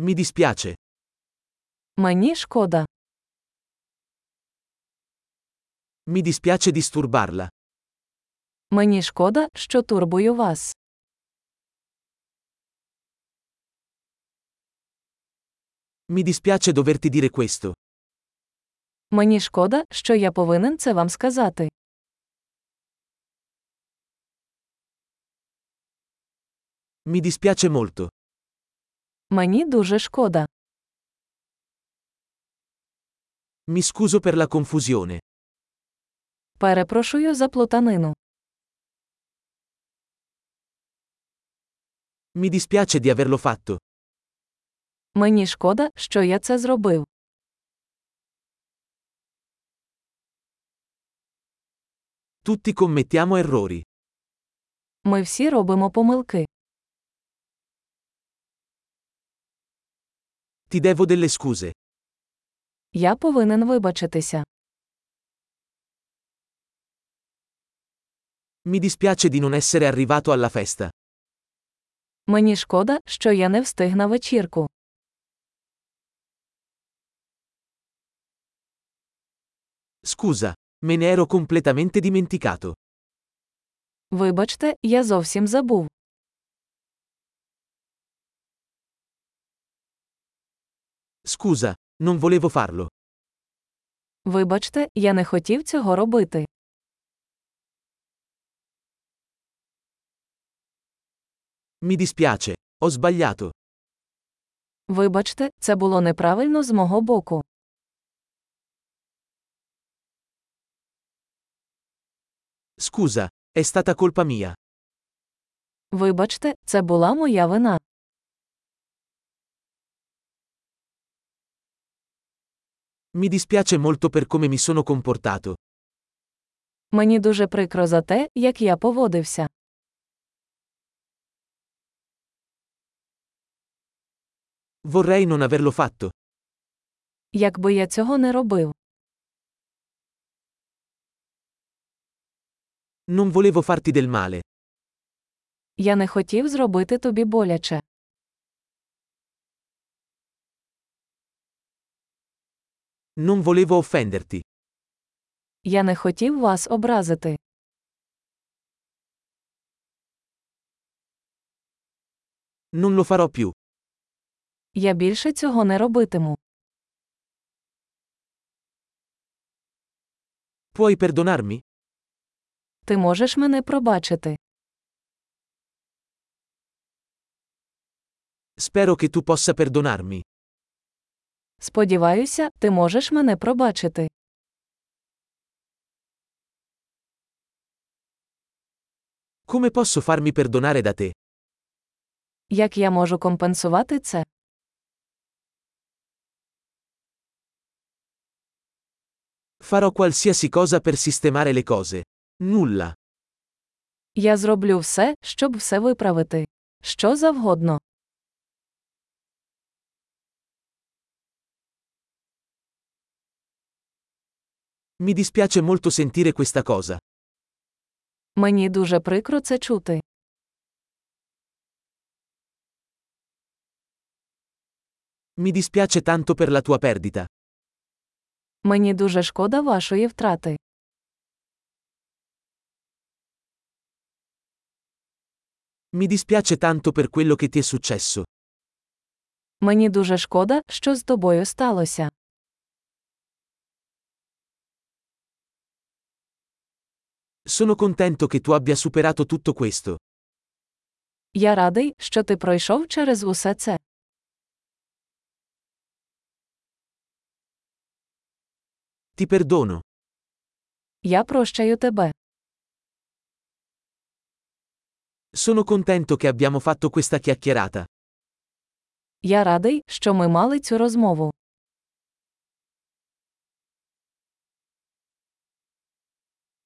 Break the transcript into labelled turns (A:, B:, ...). A: Mi dispiace.
B: Мені шкода.
A: Mi dispiace disturbarla.
B: Мені шкода, що турбую вас.
A: Mi dispiace doverti dire questo.
B: Мені шкода, що я повинен це вам сказати.
A: Mi dispiace molto.
B: Мені дуже шкода.
A: Mi scuso per la confusione.
B: Перепрошую за плутанину.
A: Mi dispiace di averlo fatto.
B: Мені шкода, що я це зробив.
A: Tutti commettiamo errori.
B: Ми всі робимо помилки.
A: Ti devo delle scuse.
B: Я повинен вибачитися.
A: Mi dispiace di non essere arrivato alla festa.
B: Мені шкода, що я не встиг на вечірку.
A: Scusa, me ne ero completamente dimenticato.
B: Вибачте, я зовсім забув.
A: Scusa, non volevo farlo.
B: Вибачте, я не хотів цього робити.
A: Mi dispiace, ho sbagliato.
B: Вибачте, це було неправильно з мого боку.
A: Scusa, è stata colpa mia.
B: Вибачте, це була моя вина.
A: Mi dispiace molto per come mi sono comportato.
B: Мені дуже прикро за те, як я поводився.
A: Vorrei non averlo fatto.
B: Якби я цього не робив,
A: Non volevo farti del male.
B: я не хотів зробити тобі боляче.
A: Non volevo offenderti.
B: Я не хотів вас образити.
A: Non lo farò più.
B: Я більше цього не робитиму.
A: Puoi perdonarmi?
B: Ти можеш мене пробачити.
A: Spero che tu possa perdonarmi.
B: Сподіваюся, ти можеш мене пробачити.
A: Come posso farmi perdonare da te?
B: Як я можу компенсувати це?
A: Farò qualsiasi cosa per sistemare le cose. Nulla.
B: Я зроблю все, щоб все виправити. Що завгодно.
A: Mi dispiace molto sentire questa cosa.
B: Мені дуже прикро це чути.
A: Mi dispiace tanto per la tua perdita.
B: Мені дуже шкода вашої втрати.
A: Mi dispiace tanto per quello che ti è successo.
B: Мені дуже шкода, що з тобою сталося.
A: Sono contento che tu abbia superato tutto questo.
B: Я радий, що ти пройшов через усе це.
A: Ti perdono.
B: Я прощаю тебе.
A: Sono contento che abbiamo fatto questa chiacchierata.
B: Я радий, що ми мали цю розмову.